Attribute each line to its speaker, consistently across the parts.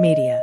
Speaker 1: Media.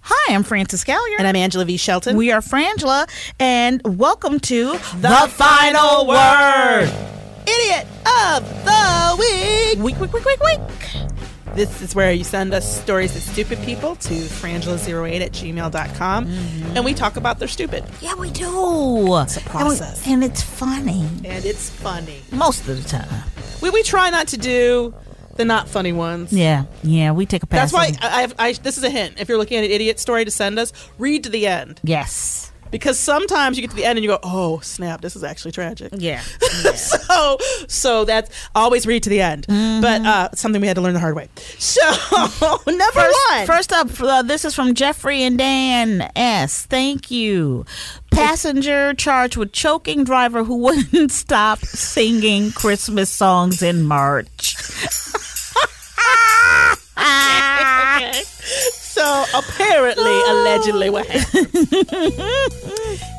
Speaker 2: Hi, I'm Frances Callier.
Speaker 1: And I'm Angela V. Shelton.
Speaker 2: we are Frangela, and welcome to
Speaker 1: The Final Word.
Speaker 2: Idiot of the Week. Week, week, week, week, week. This is where you send us stories of stupid people to frangela08 at gmail.com,
Speaker 1: Mm-hmm.
Speaker 2: and we talk about their stupid.
Speaker 1: yeah, we do.
Speaker 2: It's a process.
Speaker 1: And, we- and it's funny
Speaker 2: And it's funny.
Speaker 1: most of the time.
Speaker 2: We, we try not to do the not funny ones.
Speaker 1: Yeah, yeah, we take a pass.
Speaker 2: That's why
Speaker 1: on-
Speaker 2: I, I, I, this is a hint. If you're looking at an idiot story to send us, read to the end.
Speaker 1: yes.
Speaker 2: because sometimes you get to the end and you go, "Oh snap, this is actually tragic."
Speaker 1: Yeah.
Speaker 2: so, so that's always read to the end, but uh, something we had to learn the hard way. So, number
Speaker 1: First,
Speaker 2: one,
Speaker 1: first up, uh, this is from Jeffrey and Dan S. Thank you. Passenger charged with choking driver who wouldn't stop singing Christmas songs in March.
Speaker 2: so apparently,
Speaker 1: Oh.
Speaker 2: allegedly, what happened?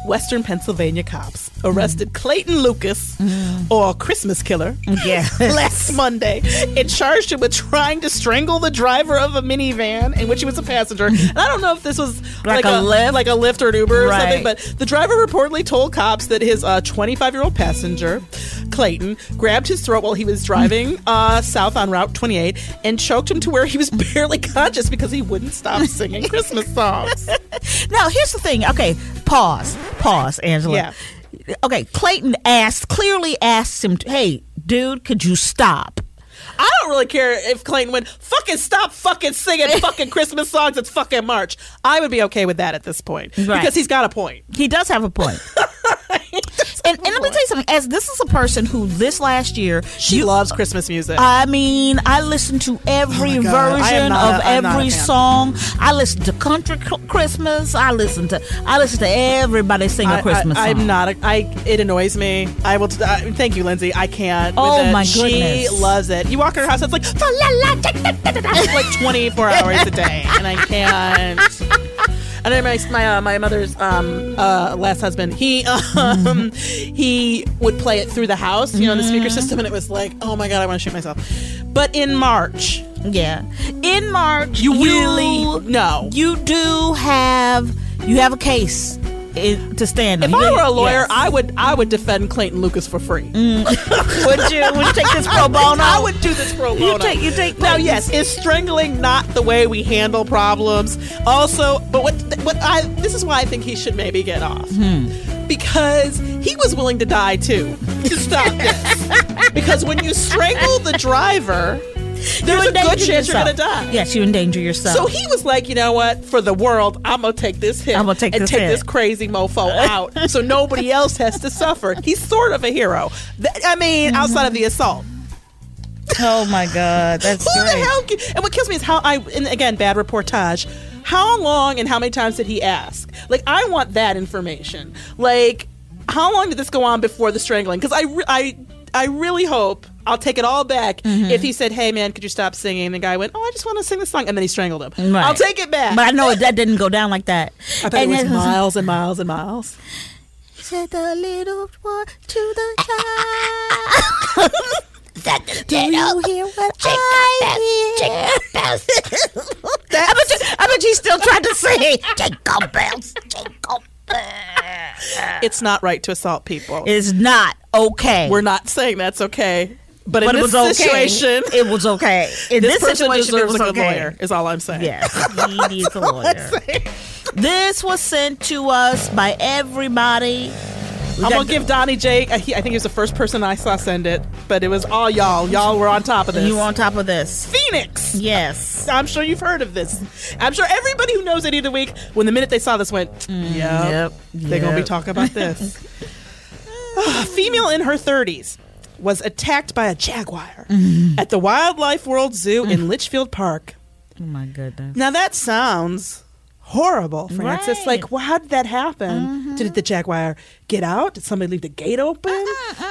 Speaker 2: Western Pennsylvania cops arrested
Speaker 1: Mm-hmm.
Speaker 2: Clayton Lucas, or Christmas killer,
Speaker 1: Yeah.
Speaker 2: last Monday and charged him with trying to strangle the driver of a minivan in which he was a passenger. And I don't know if this was
Speaker 1: Like
Speaker 2: like,
Speaker 1: a Lyft?
Speaker 2: like a Lyft or an Uber or
Speaker 1: Right.
Speaker 2: something, but the driver reportedly told cops that his 25 year old passenger, Clayton, grabbed his throat while he was
Speaker 1: Mm.
Speaker 2: driving uh, south on Route 28 and choked him to where he was barely conscious because he wouldn't stop singing Christmas songs.
Speaker 1: Now, here's the thing. Okay, pause. Pause, Angela.
Speaker 2: Yeah.
Speaker 1: Okay, Clayton asked, clearly asked him, hey, dude, could you stop?
Speaker 2: I don't really care if Clayton went, fucking stop fucking singing fucking Christmas songs. It's fucking March. I would be okay with that at this point
Speaker 1: Right.
Speaker 2: because he's got a point.
Speaker 1: He does have a point. and, and let me tell you something. As this is a person who this last year
Speaker 2: She loves Christmas music.
Speaker 1: I mean, I listen to every
Speaker 2: Oh my God. I am
Speaker 1: version
Speaker 2: not
Speaker 1: of
Speaker 2: a- I'm not a
Speaker 1: every
Speaker 2: fan.
Speaker 1: song. I listen to country cr- Christmas. I listen to I listen to everybody sing a Christmas
Speaker 2: I,
Speaker 1: song.
Speaker 2: am not. A, I. It annoys me. I will. T- uh, thank you, Lindsay. I can't. with
Speaker 1: Oh,
Speaker 2: it.
Speaker 1: my
Speaker 2: She
Speaker 1: goodness.
Speaker 2: loves it. You walk in her house. It's like "Fa la la, cha cha cha cha cha," like 24 hours a day, and I can't. And then my my, uh, my mother's um, uh, last husband, he um, he would play it through the house, you know, in the
Speaker 1: Mm-hmm.
Speaker 2: speaker system, and it was like, oh my god, I want to shoot myself. But in March,
Speaker 1: Yeah. In March,
Speaker 2: you, really no.
Speaker 1: you do have you have a case in, to stand.
Speaker 2: if
Speaker 1: on.
Speaker 2: I
Speaker 1: You-
Speaker 2: were a lawyer,
Speaker 1: yes.
Speaker 2: I would I would defend Clayton Lucas for free.
Speaker 1: Mm. would you would you take this pro bono?
Speaker 2: I would do this pro bono.
Speaker 1: You take you take
Speaker 2: Now, Oh, yes, is strangling not the way we handle problems? Also, but what what I this is why I think he should maybe get off
Speaker 1: Hmm.
Speaker 2: because he was willing to die too to stop this. because when you strangle the driver, there's a
Speaker 1: endanger
Speaker 2: good chance you're
Speaker 1: yourself.
Speaker 2: gonna die.
Speaker 1: Yes, you endanger yourself.
Speaker 2: So he was like, you know what? For the world, I'm gonna take this hit.
Speaker 1: I'm gonna take
Speaker 2: and
Speaker 1: this
Speaker 2: take
Speaker 1: hit."
Speaker 2: this crazy mofo out, so nobody else has to suffer. He's sort of a hero. Th- I mean,
Speaker 1: Mm-hmm.
Speaker 2: outside of the assault.
Speaker 1: oh my god, that's
Speaker 2: Who
Speaker 1: great.
Speaker 2: the hell? gi- And what kills me is how I, and again, bad reportage. How long and how many times did he ask? Like, I want that information. Like, how long did this go on before the strangling? Because I, re- I, I really hope I'll take it all back
Speaker 1: Mm-hmm.
Speaker 2: if he said, "Hey, man, could you stop singing?" And the guy went, "Oh, I just want to sing this song," and then he strangled him.
Speaker 1: Right.
Speaker 2: I'll take it back.
Speaker 1: But I know it, that didn't go down like that.
Speaker 2: I bet
Speaker 1: And
Speaker 2: it was
Speaker 1: then-
Speaker 2: miles and miles and miles.
Speaker 1: Said the little boy to the child. Do you hear what I hear? I, bet you, I bet you still tried to sing. Jingle bells, jingle bells.
Speaker 2: It's not right to assault people.
Speaker 1: It's not okay.
Speaker 2: We're not saying that's okay, but,
Speaker 1: but
Speaker 2: in
Speaker 1: it
Speaker 2: this
Speaker 1: was okay.
Speaker 2: situation,
Speaker 1: It was okay. In
Speaker 2: this,
Speaker 1: this,
Speaker 2: person
Speaker 1: situation, it
Speaker 2: deserves
Speaker 1: was
Speaker 2: a good
Speaker 1: okay.
Speaker 2: lawyer. Is all I'm saying.
Speaker 1: Yes, he needs a lawyer. This was sent to us by everybody. We
Speaker 2: I'm
Speaker 1: got-
Speaker 2: gonna give Donnie J. I, he, I think he was the first person I saw send it, but it was all y'all. Y'all were on top of this.
Speaker 1: you on top of this.
Speaker 2: Phoenix?
Speaker 1: Yes.
Speaker 2: I'm sure you've heard of this. I'm sure everybody who knows any of the week, when the minute they saw this, went, mm, "Yep, they're gonna be
Speaker 1: Mm, yep.
Speaker 2: talking about this." A female in her 30s was attacked by a jaguar
Speaker 1: Mm-hmm.
Speaker 2: at the Wildlife World Zoo in Litchfield Park.
Speaker 1: Mm. Oh my goodness.
Speaker 2: Now that sounds horrible, Francis.
Speaker 1: Right. Mm-hmm.
Speaker 2: Like, well, how did that happen? Did the jaguar get out? Did somebody leave the gate open?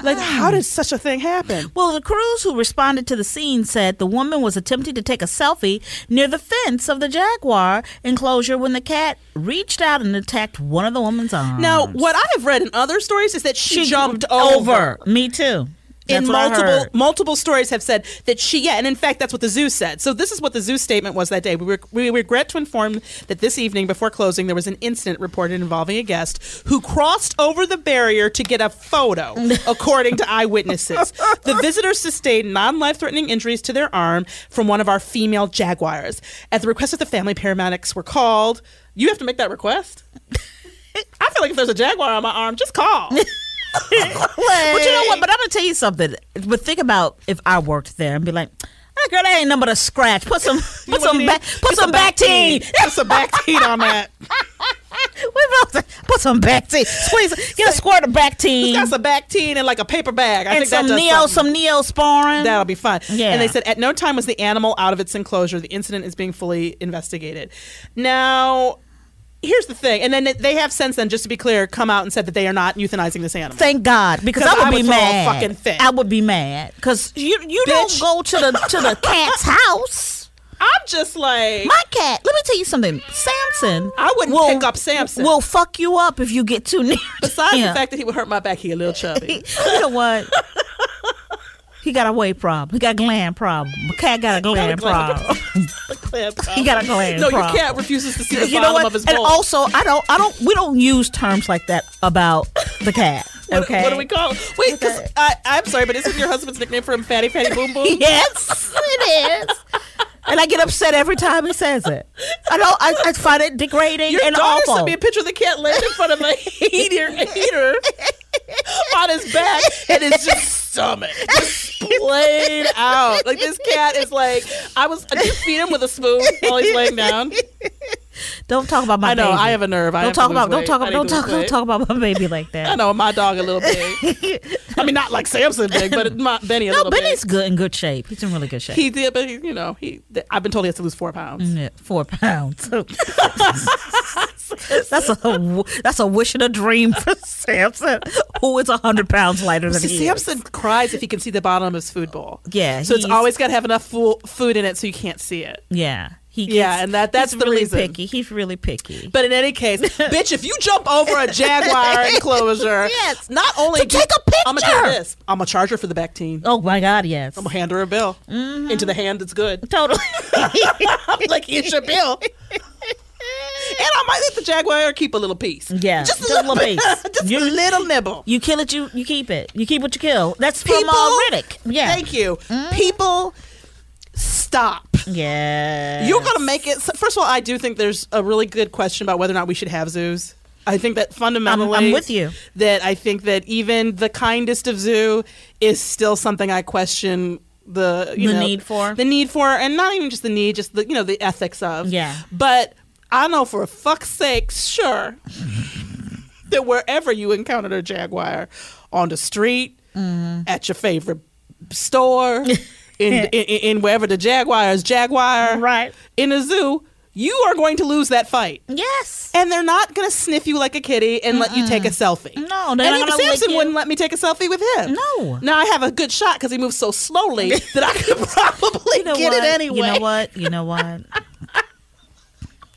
Speaker 2: Like,
Speaker 1: Ah.
Speaker 2: how did such a thing happen?
Speaker 1: Well, the crews who responded to the scene said the woman was attempting to take a selfie near the fence of the Jaguar enclosure when the cat reached out and attacked one of the woman's arms.
Speaker 2: Now, what I have read in other stories is that she, jumped over.
Speaker 1: Me too.
Speaker 2: In
Speaker 1: That's what I
Speaker 2: oh, multiple
Speaker 1: heard.
Speaker 2: multiple stories have said that she yeah and in fact that's what the zoo said. So this is what the zoo statement was that day. We, re- we regret to inform that this evening before closing there was an incident reported involving a guest who crossed over the barrier to get a photo, according to eyewitnesses. The visitors sustained non-life threatening injuries to their arm from one of our female jaguars. At the request of the family, paramedics were called. You have to make that request. I feel like if there's a jaguar on my arm, just call.
Speaker 1: But you know what? But I'm gonna tell you something. But think about if I worked there and be like, "Ah, girl, that ain't nothing but a scratch. Put some,
Speaker 2: What
Speaker 1: put
Speaker 2: you
Speaker 1: some,
Speaker 2: need?
Speaker 1: back, put
Speaker 2: Get
Speaker 1: some back tea.
Speaker 2: tea. Put some back tea on that.
Speaker 1: What about the- Put some back tea. Squeeze, get a squirt of back tea
Speaker 2: Got some back tea and like a paper bag. I
Speaker 1: and
Speaker 2: think
Speaker 1: some
Speaker 2: that does
Speaker 1: neo,
Speaker 2: something.
Speaker 1: some neo sparring.
Speaker 2: That'll be fun.
Speaker 1: Yeah.
Speaker 2: And they said at no time was the animal out of its enclosure. The incident is being fully investigated. Now, here's the thing. And then they have since then, just to be clear, come out and said that they are not euthanizing this animal.
Speaker 1: Thank God, because
Speaker 2: 'Cause
Speaker 1: I would
Speaker 2: I
Speaker 1: be
Speaker 2: would throw a
Speaker 1: mad.
Speaker 2: fucking fit.
Speaker 1: I would be mad because you you
Speaker 2: Bitch.
Speaker 1: don't go to the to the cat's house.
Speaker 2: I'm just like
Speaker 1: My cat. Let me tell you something. Samson.
Speaker 2: I wouldn't
Speaker 1: will-
Speaker 2: pick up Samson.
Speaker 1: Will fuck you up if you get too near.
Speaker 2: besides
Speaker 1: him.
Speaker 2: the fact that he would hurt my back, he a little chubby.
Speaker 1: you know what? He got a weight problem. He got a gland problem. My cat got a gland problem.
Speaker 2: he
Speaker 1: He got a gland
Speaker 2: No, your
Speaker 1: problem.
Speaker 2: cat refuses to see the
Speaker 1: You know
Speaker 2: bottom
Speaker 1: what?
Speaker 2: of his
Speaker 1: And
Speaker 2: bowl.
Speaker 1: also, I don't, I don't, we don't use terms like that about the cat. Okay.
Speaker 2: What do we call? it? Wait, because I'm sorry, but isn't your husband's nickname for him Fatty Fatty Boom Boom?
Speaker 1: Yes, it is. And I get upset every time he says it. I don't. I, I find it degrading
Speaker 2: Your
Speaker 1: and
Speaker 2: daughter
Speaker 1: awful.
Speaker 2: sent me a picture of the cat laying in front of a heater, heater on his back, and it's just
Speaker 3: stomach just splayed out. Like this cat is like, I was. Did you feed him with a spoon while he's laying down?
Speaker 1: Don't talk about my.
Speaker 3: I know.
Speaker 1: baby.
Speaker 3: I have a nerve. I
Speaker 1: Don't
Speaker 3: have to
Speaker 1: talk
Speaker 3: lose
Speaker 1: about. Don't
Speaker 3: weight.
Speaker 1: talk.
Speaker 3: I need
Speaker 1: Don't
Speaker 3: to lose
Speaker 1: talk. Don't
Speaker 3: weight.
Speaker 1: talk about my baby like
Speaker 3: I
Speaker 1: that.
Speaker 3: know my dog a little big. I mean, not like Samson big, but my, Benny a
Speaker 1: No,
Speaker 3: little big.
Speaker 1: Benny's good in good shape. He's in really good shape.
Speaker 3: He did, but he, you know, he. th- I've been told he has to lose four pounds.
Speaker 1: Yeah, four pounds. that's a w- that's a wish and a dream for Samson, who is hundred pounds lighter than
Speaker 3: See,
Speaker 1: he is.
Speaker 3: Samson cries if he can see the bottom of his food bowl.
Speaker 1: Yeah,
Speaker 3: so it's
Speaker 1: he's-
Speaker 3: always got to have enough fu- food in it so you can't see it.
Speaker 1: Yeah, he
Speaker 3: Yeah,
Speaker 1: gets-
Speaker 3: and that- that's
Speaker 1: he's
Speaker 3: the
Speaker 1: really
Speaker 3: reason.
Speaker 1: picky. He's really picky.
Speaker 3: But in any case, bitch, if you jump over a jaguar enclosure,
Speaker 1: Yes.
Speaker 3: not only
Speaker 1: To take a
Speaker 3: I'm gonna do
Speaker 1: picture.
Speaker 3: this. I'm gonna charge her for the back team.
Speaker 1: oh my God, yes,
Speaker 3: I'm gonna hand her a bill
Speaker 1: Mm-hmm.
Speaker 3: into the hand that's good.
Speaker 1: totally.
Speaker 3: like here's your bill. and I might let the jaguar keep a little piece.
Speaker 1: Yeah,
Speaker 3: just a
Speaker 1: just a
Speaker 3: little,
Speaker 1: little
Speaker 3: bit.
Speaker 1: piece.
Speaker 3: just a little nibble.
Speaker 1: you kill it, you you keep it. You keep what you kill. That's from uh, Riddick. Yeah, Mm-hmm.
Speaker 3: Thank you. People, stop.
Speaker 1: yeah.
Speaker 3: You're gonna make it. First of all, I do think there's a really good question about whether or not we should have zoos. I think that fundamentally,
Speaker 1: I'm with you.
Speaker 3: That I think that even the kindest of zoo is still something I question the you
Speaker 1: The
Speaker 3: know,
Speaker 1: need for?
Speaker 3: the need for, and not even just the need, just the you know the ethics of.
Speaker 1: Yeah.
Speaker 3: But I know for fuck's sake, sure, that wherever you encountered a jaguar, on the street, at your favorite store, in, in in wherever the jaguar is jaguar,
Speaker 1: Right.
Speaker 3: in a zoo, you are going to lose that fight.
Speaker 1: yes.
Speaker 3: And they're not going to sniff you like a kitty and let you take a selfie.
Speaker 1: No, they're
Speaker 3: and
Speaker 1: not
Speaker 3: even
Speaker 1: gonna lick
Speaker 3: Samson
Speaker 1: you.
Speaker 3: wouldn't let me take a selfie with him.
Speaker 1: No.
Speaker 3: Now I have a good shot because he moves so slowly that I could probably
Speaker 1: You know
Speaker 3: get
Speaker 1: what?
Speaker 3: it anyway.
Speaker 1: You know what? You know what?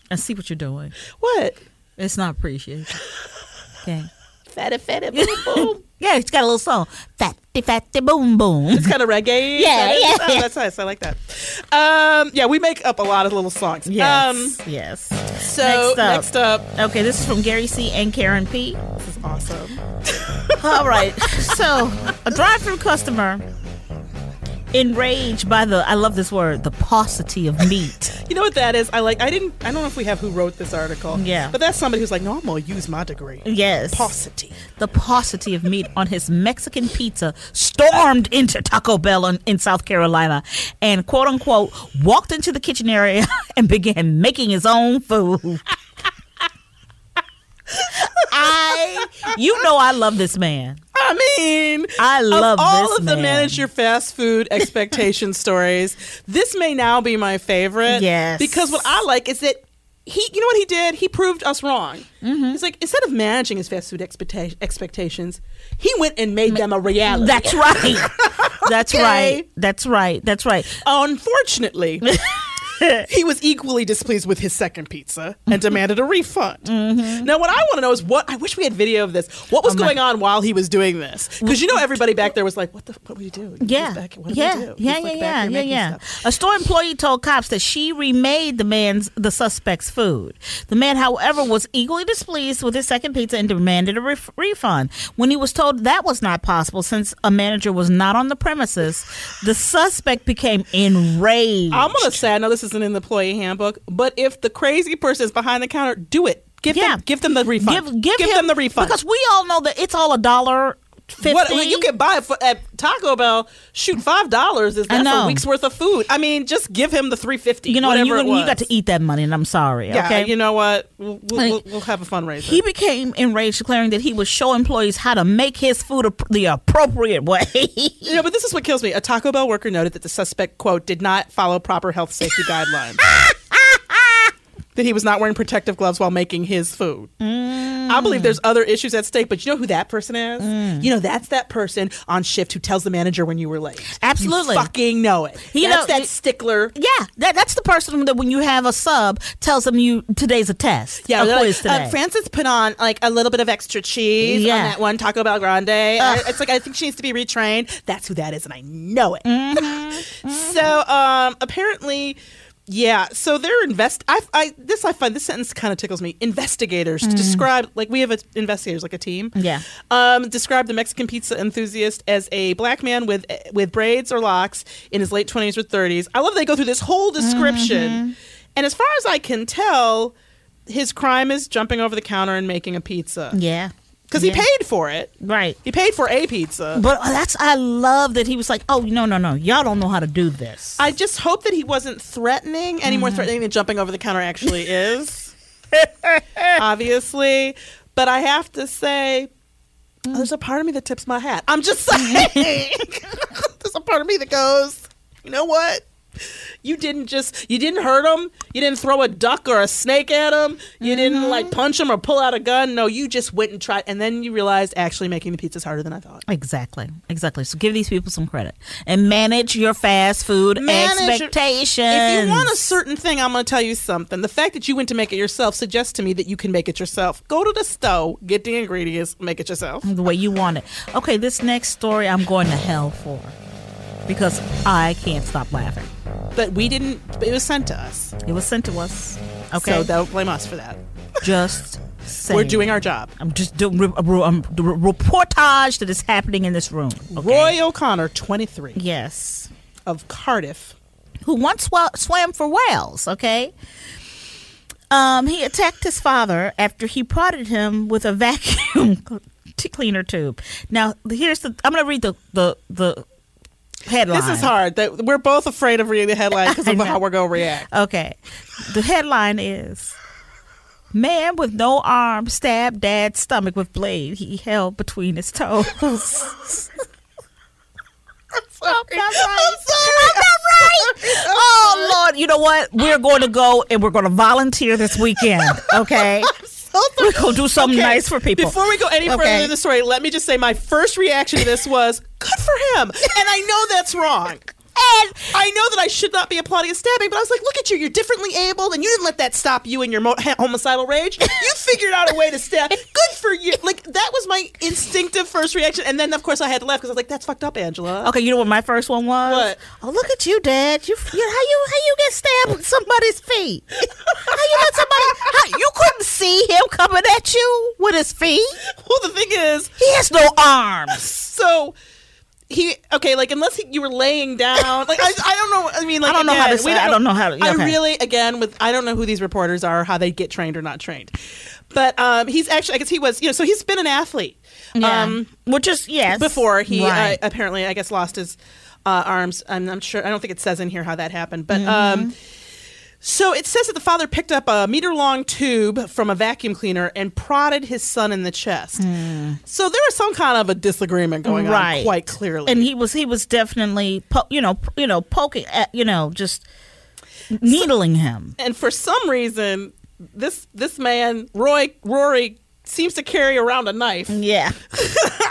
Speaker 1: I see what you're doing.
Speaker 3: What?
Speaker 1: It's not appreciated. Okay.
Speaker 3: Fatty, fatty, boom, boom.
Speaker 1: Yeah, it's got a little song. Fatty, fatty, boom, boom.
Speaker 3: It's kind of reggae.
Speaker 1: Yeah,
Speaker 3: That is-
Speaker 1: yeah,
Speaker 3: oh,
Speaker 1: yeah.
Speaker 3: that's nice. I like that. Um, yeah, we make up a lot of little songs. Um,
Speaker 1: Yes. yes.
Speaker 3: so
Speaker 1: Next up.
Speaker 3: next up,
Speaker 1: Okay, this is from Gary C. and Karen P.
Speaker 3: this is awesome.
Speaker 1: All right. So, a drive through customer enraged by the, I love this word, the paucity of meat.
Speaker 3: You know what that is? I like. I didn't. I don't know if we have who wrote this article.
Speaker 1: Yeah.
Speaker 3: But that's somebody who's like, no, I'm gonna use my degree.
Speaker 1: Yes.
Speaker 3: Paucity.
Speaker 1: the paucity of meat on his Mexican pizza, stormed into Taco Bell in, in South Carolina, and quote unquote walked into the kitchen area and began making his own food. I, you know, I love this man.
Speaker 3: I mean,
Speaker 1: I love
Speaker 3: of all
Speaker 1: this
Speaker 3: of the
Speaker 1: man.
Speaker 3: manage your fast food expectation stories. This may now be my favorite.
Speaker 1: Yes.
Speaker 3: because what I like is that he, you know what he did? He proved us wrong.
Speaker 1: Mm-hmm.
Speaker 3: He's like instead of managing his fast food expecta- expectations, he went and made them a reality.
Speaker 1: That's right. That's
Speaker 3: Okay.
Speaker 1: right. That's right. That's right.
Speaker 3: Unfortunately, he was equally displeased with his second pizza and demanded a refund.
Speaker 1: Mm-hmm.
Speaker 3: Now, what I want to know is what I wish we had video of this. What
Speaker 1: Oh
Speaker 3: was going on while he was doing this? Because you know everybody back there was like, "What the? What would he do? He's
Speaker 1: Yeah.
Speaker 3: back- what did he
Speaker 1: yeah.
Speaker 3: do?" He's,
Speaker 1: Yeah.
Speaker 3: like,
Speaker 1: Yeah.
Speaker 3: back
Speaker 1: Yeah. Yeah.
Speaker 3: here making
Speaker 1: Yeah.
Speaker 3: stuff.
Speaker 1: A store employee told cops that she remade the man's the suspect's food. The man, however, was equally displeased with his second pizza and demanded a ref- refund. When he was told that was not possible since a manager was not on the premises, the suspect became enraged.
Speaker 3: I'm gonna say I know this isn't in the employee handbook, but if the crazy person is behind the counter, do it. Give
Speaker 1: Yeah.
Speaker 3: them, give them the refund.
Speaker 1: give give, him,
Speaker 3: them the refund.
Speaker 1: because we all know that it's all a dollar fifty.
Speaker 3: What, you can buy it for, at Taco Bell. Shoot, five dollars is
Speaker 1: I
Speaker 3: that's a
Speaker 1: know.
Speaker 3: week's worth of food. I mean, just give him the three fifty.
Speaker 1: you know, and
Speaker 3: whatever
Speaker 1: you,
Speaker 3: it
Speaker 1: you got
Speaker 3: was.
Speaker 1: to eat that money, and I'm sorry.
Speaker 3: Yeah,
Speaker 1: okay,
Speaker 3: you know what? We'll, we'll,
Speaker 1: Like-
Speaker 3: we'll, we'll have a fundraiser.
Speaker 1: He became enraged, declaring that he would show employees how to make his food ap- the appropriate way.
Speaker 3: you know, but this is what kills me. A Taco Bell worker noted that the suspect, quote, did not follow proper health safety guidelines. that he was not wearing protective gloves while making his food.
Speaker 1: Mm.
Speaker 3: I believe there's other issues at stake, but you know who that person is? You know, that's that person on shift who tells the manager when you were late.
Speaker 1: Absolutely.
Speaker 3: You fucking know it.
Speaker 1: You
Speaker 3: that's
Speaker 1: know,
Speaker 3: that
Speaker 1: it-
Speaker 3: stickler.
Speaker 1: yeah, that, that's the person that when you have a sub tells them you today's a test.
Speaker 3: Yeah,
Speaker 1: a
Speaker 3: they're
Speaker 1: quiz
Speaker 3: like,
Speaker 1: today.
Speaker 3: uh, Francis put on like a little bit of extra cheese on
Speaker 1: Yeah.
Speaker 3: that one Taco Bell Grande. I- it's like I think she needs to be retrained. That's who that is, and I know it.
Speaker 1: Mm-hmm.
Speaker 3: so um, apparently, yeah. So they're invest. I, I this I find this sentence kind of tickles me. Investigators describe like we have a, investigators like a team.
Speaker 1: Mm-hmm. Yeah.
Speaker 3: Um, described the Mexican pizza enthusiast as a black man with with braids or locks in his late twenties or thirties. I love they go through this whole description, and as far as I can tell, his crime is jumping over the counter and making a pizza.
Speaker 1: yeah,
Speaker 3: because he paid for it.
Speaker 1: Right.
Speaker 3: He paid for a pizza.
Speaker 1: But that's I love that he was like, "Oh no, no, no, y'all don't know how to do this."
Speaker 3: I just hope that he wasn't threatening any more threatening than jumping over the counter actually is. Obviously, but I have to say, there's a part of me that tips my hat. I'm just saying, there's a part of me that goes, you know what? You didn't just you didn't hurt him. You didn't throw a duck or a snake at him. You didn't like punch him or pull out a gun. No, you just went and tried, and then you realized actually making the pizza's harder than I thought.
Speaker 1: Exactly. Exactly. So give these people some credit and manage your fast food
Speaker 3: Manage your-
Speaker 1: expectations.
Speaker 3: If you want a certain thing, I'm going to tell you something. The fact that you went to make it yourself suggests to me that you can make it yourself. Go to the stove, get the ingredients, make it yourself.
Speaker 1: the way you want it. Okay, this next story I'm going to hell for because I can't stop laughing.
Speaker 3: But we didn't, it was sent to us.
Speaker 1: It was sent to us. Okay,
Speaker 3: So don't blame us for that.
Speaker 1: just say
Speaker 3: We're doing our job.
Speaker 1: I'm just doing re- re- um, the re- reportage that is happening in this room. Okay?
Speaker 3: Roy O'Connor, 23,
Speaker 1: yes,
Speaker 3: of Cardiff.
Speaker 1: who once swa- swam for Wales. Okay. Um, he attacked his father after he prodded him with a vacuum t- cleaner tube. Now, here's the. I'm going to read the the the headline.
Speaker 3: This is hard. That We're both afraid of reading the headline because of
Speaker 1: know.
Speaker 3: how we're going to react.
Speaker 1: Okay. The headline is Man with no arm stabbed dad's stomach with blade he held between his toes. I'm
Speaker 3: Sorry.
Speaker 1: not right. I'm not right. Oh Lord, you know what? We're going to go and we're going to volunteer this weekend. Okay, we're going to do something
Speaker 3: Okay,
Speaker 1: nice for people.
Speaker 3: Before we go any further
Speaker 1: Okay.
Speaker 3: in the story, let me just say my first reaction to this was good for him, and I know that's wrong. And I know that I should not be applauding a stabbing, but I was like, look at you, you're differently abled, and you didn't let that stop you in your mo- ha- homicidal rage. You figured out a way to stab. Good for you. Like, that was my instinctive first reaction. And then, of course, I had to laugh because I was like, that's fucked up, Angela.
Speaker 1: Okay, you know what my first one was?
Speaker 3: What?
Speaker 1: Oh, look at you, Dad. You, you how you how you get stabbed with somebody's feet? How you let somebody? How, you couldn't see him coming at you with his feet.
Speaker 3: Well, the thing is,
Speaker 1: He has no arms.
Speaker 3: so. He okay, like unless he, you were laying down, like I, I don't know. I mean, like
Speaker 1: I don't know how
Speaker 3: again,
Speaker 1: to
Speaker 3: we
Speaker 1: say- I don't know how to-
Speaker 3: I
Speaker 1: okay.
Speaker 3: really again with I don't know who these reporters are, how they get trained or not trained, but um, he's actually I guess he was you know so he's been an athlete. Um,
Speaker 1: which is yes.
Speaker 3: before he
Speaker 1: Right.
Speaker 3: uh, apparently I guess lost his uh, arms. I'm, I'm sure I don't think it says in here how that happened, but
Speaker 1: Mm-hmm.
Speaker 3: um, so it says that the father picked up a meter long tube from a vacuum cleaner and prodded his son in the chest. So there was some kind of a disagreement going on,
Speaker 1: Hmm. Right.
Speaker 3: quite clearly.
Speaker 1: and he was he was definitely po- you know p- you know poking at, you know just needling him.
Speaker 3: and for some reason, this this man Roy Rory seems to carry around a knife
Speaker 1: Yeah,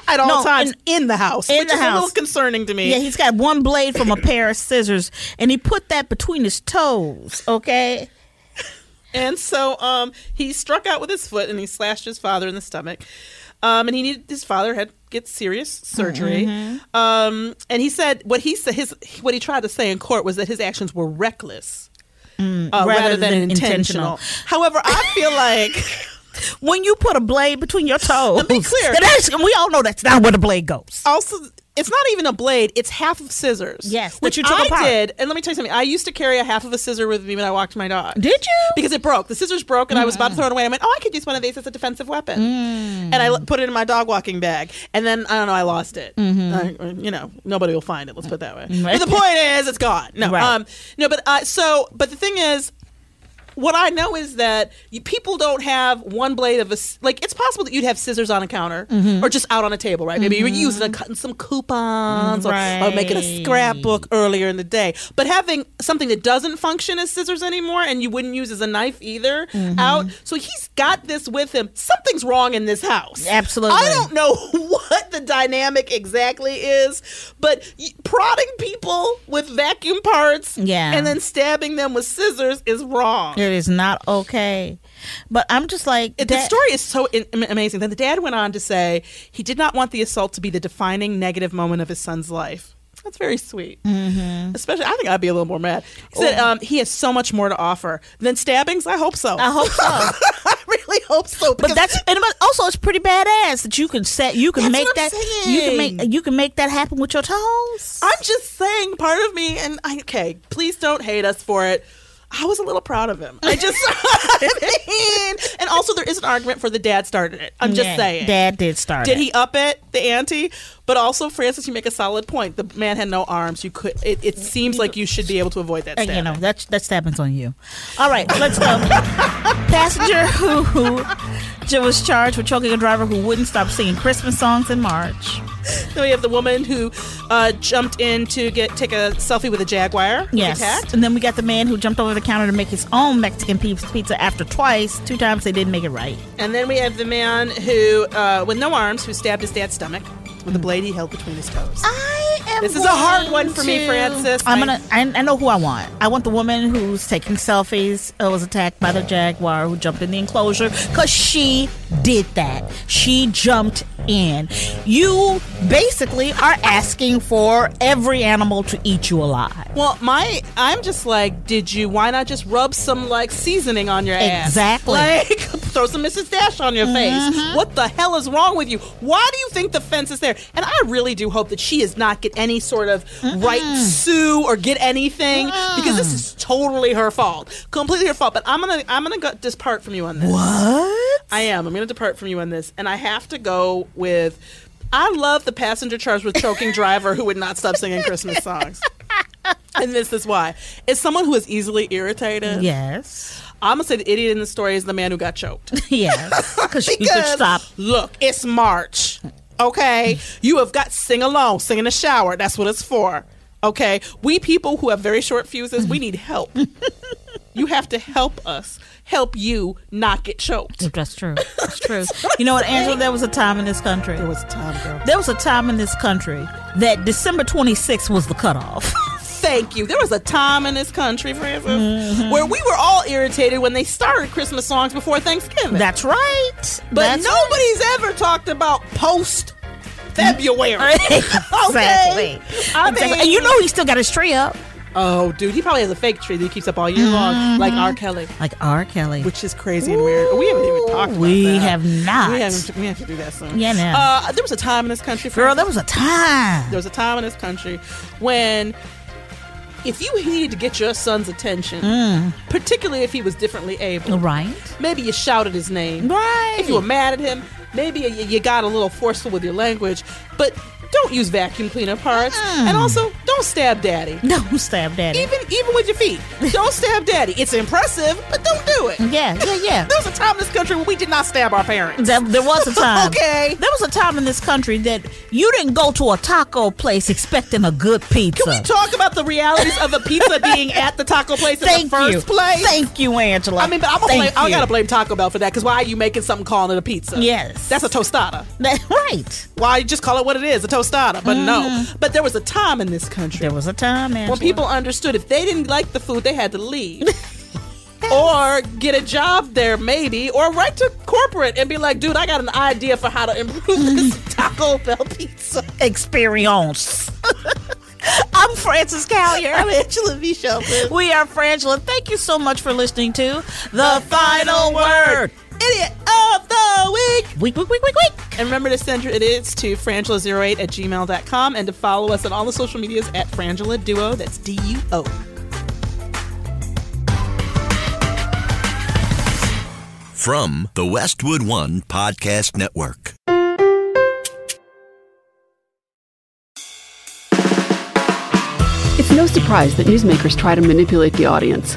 Speaker 3: at
Speaker 1: No,
Speaker 3: all times
Speaker 1: and-
Speaker 3: in the house,
Speaker 1: in
Speaker 3: which
Speaker 1: the
Speaker 3: is a little
Speaker 1: house.
Speaker 3: concerning to me.
Speaker 1: yeah. He's got one blade from a pair of scissors, and he put that between his toes. Okay.
Speaker 3: And so um, he struck out with his foot and he slashed his father in the stomach. Um, and he needed his father had get serious surgery.
Speaker 1: Mm-hmm.
Speaker 3: Um, and he said what he said his what he tried to say in court was that his actions were reckless uh, rather,
Speaker 1: Mm, rather
Speaker 3: than,
Speaker 1: than
Speaker 3: intentional.
Speaker 1: intentional.
Speaker 3: However, I feel like
Speaker 1: when you put a blade between your toes.
Speaker 3: be clear.
Speaker 1: that is- we all know that's not where the blade goes.
Speaker 3: also it's not even a blade; it's half of scissors.
Speaker 1: Yes, that
Speaker 3: which
Speaker 1: you took
Speaker 3: I
Speaker 1: apart.
Speaker 3: did. And let me tell you something: I used to carry a half of a scissor with me when I walked my dog.
Speaker 1: Did you?
Speaker 3: because it broke. The scissors broke, and I was about to throw it away. I went, "Oh, I could use one of these as a defensive weapon," and I l- put it in my dog walking bag. And then I don't know, I lost it. I- uh, you know, nobody will find it. Let's put it that way. but the point is, it's gone. No,
Speaker 1: Right.
Speaker 3: um, no, but uh, so, but the thing is. What I know is that you, people don't have one blade of a s- like. It's possible that you'd have scissors on a counter or just out on a table, right? Maybe you were using a, cutting some coupons or- or making a scrapbook earlier in the day. But having something that doesn't function as scissors anymore and you wouldn't use as a knife either
Speaker 1: Mm-hmm.
Speaker 3: out. So he's got this with him. Something's wrong in this house.
Speaker 1: Absolutely.
Speaker 3: I don't know what the dynamic exactly is, but y- prodding people with vacuum parts
Speaker 1: Yeah.
Speaker 3: and then stabbing them with scissors is wrong.
Speaker 1: It is not okay. But I'm just like
Speaker 3: It- the
Speaker 1: that-
Speaker 3: story is so in- am- amazing. Then the dad went on to say he did not want the assault to be the defining negative moment of his son's life. That's very sweet.
Speaker 1: Mm-hmm.
Speaker 3: Especially, I think I'd be a little more mad. He said um, he has so much more to offer than stabbings. I hope so.
Speaker 1: Oh. I hope so.
Speaker 3: I really hope so.
Speaker 1: But
Speaker 3: because-
Speaker 1: that's and but also it's pretty badass that you can set you can
Speaker 3: That's
Speaker 1: make
Speaker 3: what I'm
Speaker 1: that you can
Speaker 3: saying.
Speaker 1: make you can make that happen with your toes.
Speaker 3: I'm just saying, part of me, and I, okay, please don't hate us for it. I was a little proud of him. I just, I mean, and also there is an argument for the dad started it. I'm just
Speaker 1: Yeah,
Speaker 3: saying.
Speaker 1: Dad did start.
Speaker 3: Did
Speaker 1: it.
Speaker 3: he up it the ante? But also, Francis, you make a solid point. The man had no arms. You could. It, it seems like you should be able to avoid that.
Speaker 1: Uh,
Speaker 3: Stabbing.
Speaker 1: you know that's that's happens on you. All right, let's go. Passenger who, who j- was charged with choking a driver who wouldn't stop singing Christmas songs in March.
Speaker 3: Then we have the woman who uh, jumped in to get take a selfie with a jaguar. with a cat.
Speaker 1: Yes, and then we got the man who jumped over the counter to make his own Mexican pe- pizza after twice, two times they didn't make it right.
Speaker 3: And then we have the man who, uh, with no arms, who stabbed his dad's stomach with
Speaker 1: Mm.
Speaker 3: a blade he held between his toes.
Speaker 1: I am.
Speaker 3: This is a hard
Speaker 1: going
Speaker 3: one for me,
Speaker 1: to-
Speaker 3: Francis.
Speaker 1: I'm
Speaker 3: I-
Speaker 1: gonna. I, I know who I want. I want the woman who's taking selfies. Uh, was attacked by the jaguar who jumped in the enclosure because she did that. She jumped in. You basically are asking for every animal to eat you alive.
Speaker 3: Well, my I'm just like, did you? Why not just rub some like seasoning on your ass?
Speaker 1: Exactly.
Speaker 3: Like, throw some Mrs. Dash on your face. What the hell is wrong with you? Why do you think the fence is there? And I really do hope that she does not get any sort of right to sue or get anything because this is totally her fault, completely her fault. But I'm gonna I'm gonna go, depart from you on this.
Speaker 1: What?
Speaker 3: I am. I'm going to depart from you on this, and I have to go with. I love the passenger charged with choking driver who would not stop singing Christmas songs. And this is why. As someone who is easily irritated,
Speaker 1: Yes.
Speaker 3: I'm going to say the idiot in the story is the man who got choked.
Speaker 1: Yes. Because you could stop.
Speaker 3: Look, it's March. Okay. You have got sing along, sing in the shower. That's what it's for. Okay. We people who have very short fuses, we need help. you have to help us, help you not get choked.
Speaker 1: That's true. That's true. you know what, Angela? There was a time in this country.
Speaker 3: It was time, girl.
Speaker 1: There was a time in this country that December 26th was the cutoff.
Speaker 3: Thank you. There was a time in this country, Francis, where we were all irritated when they started Christmas songs before Thanksgiving.
Speaker 1: That's right.
Speaker 3: but
Speaker 1: That's
Speaker 3: nobody's ever talked about post February.
Speaker 1: Exactly.
Speaker 3: okay. I
Speaker 1: Exactly.
Speaker 3: mean,
Speaker 1: And you know he still got his tree up.
Speaker 3: Oh, dude, he probably has a fake tree that he keeps up all year long, like R. Kelly,
Speaker 1: Like R. Kelly.
Speaker 3: which is crazy and weird. We haven't even talked about
Speaker 1: we
Speaker 3: that.
Speaker 1: have not.
Speaker 3: We, haven't, we have to do that soon.
Speaker 1: Yeah, no.
Speaker 3: Uh, there was a time in this country,
Speaker 1: Girl,
Speaker 3: Francis,
Speaker 1: there was a time.
Speaker 3: there was a time in this country when if you needed to get your son's attention, particularly if he was differently able,
Speaker 1: Right.
Speaker 3: maybe you shouted his name.
Speaker 1: Right.
Speaker 3: If you were mad at him, maybe you, you got a little forceful with your language, but don't use vacuum cleaner parts. And also, don't stab daddy.
Speaker 1: Don't stab daddy.
Speaker 3: Even even with your feet. Don't stab daddy. It's impressive, but don't do it.
Speaker 1: yeah, yeah, yeah.
Speaker 3: There was a time in this country when we did not stab our parents.
Speaker 1: There, there was a time.
Speaker 3: Okay.
Speaker 1: There was a time in this country that you didn't go to a taco place expecting a good pizza.
Speaker 3: Can we talk about the realities of a pizza being at the taco place in
Speaker 1: Thank
Speaker 3: the first
Speaker 1: you.
Speaker 3: place?
Speaker 1: Thank you, Angela.
Speaker 3: I mean, but I'm gonna blame,
Speaker 1: Thank
Speaker 3: I
Speaker 1: you.
Speaker 3: gotta blame Taco Bell for that because why are you making something calling it a pizza?
Speaker 1: Yes.
Speaker 3: that's a tostada.
Speaker 1: That- right.
Speaker 3: Why you just call it what it is, a tostada? But no, but there was a time in this country
Speaker 1: Mm. There was a time, Angela.
Speaker 3: when people understood if they didn't like the food, they had to leave. Or get a job there, maybe, or write to corporate and be like, dude, I got an idea for how to improve this Taco Bell pizza.
Speaker 1: experience. I'm Francis Callier.
Speaker 3: I'm Angela V. Shelton.
Speaker 1: We are Frangela. Thank you so much for listening to The Final Word.
Speaker 3: Idiot of the week.
Speaker 1: Week, week, week, week, week.
Speaker 3: And remember to send your idiots to frangela08 at gmail.com and to follow us on all the social medias at frangela duo. That's D U O.
Speaker 4: From the Westwood One Podcast Network.
Speaker 5: It's no surprise that newsmakers try to manipulate the audience.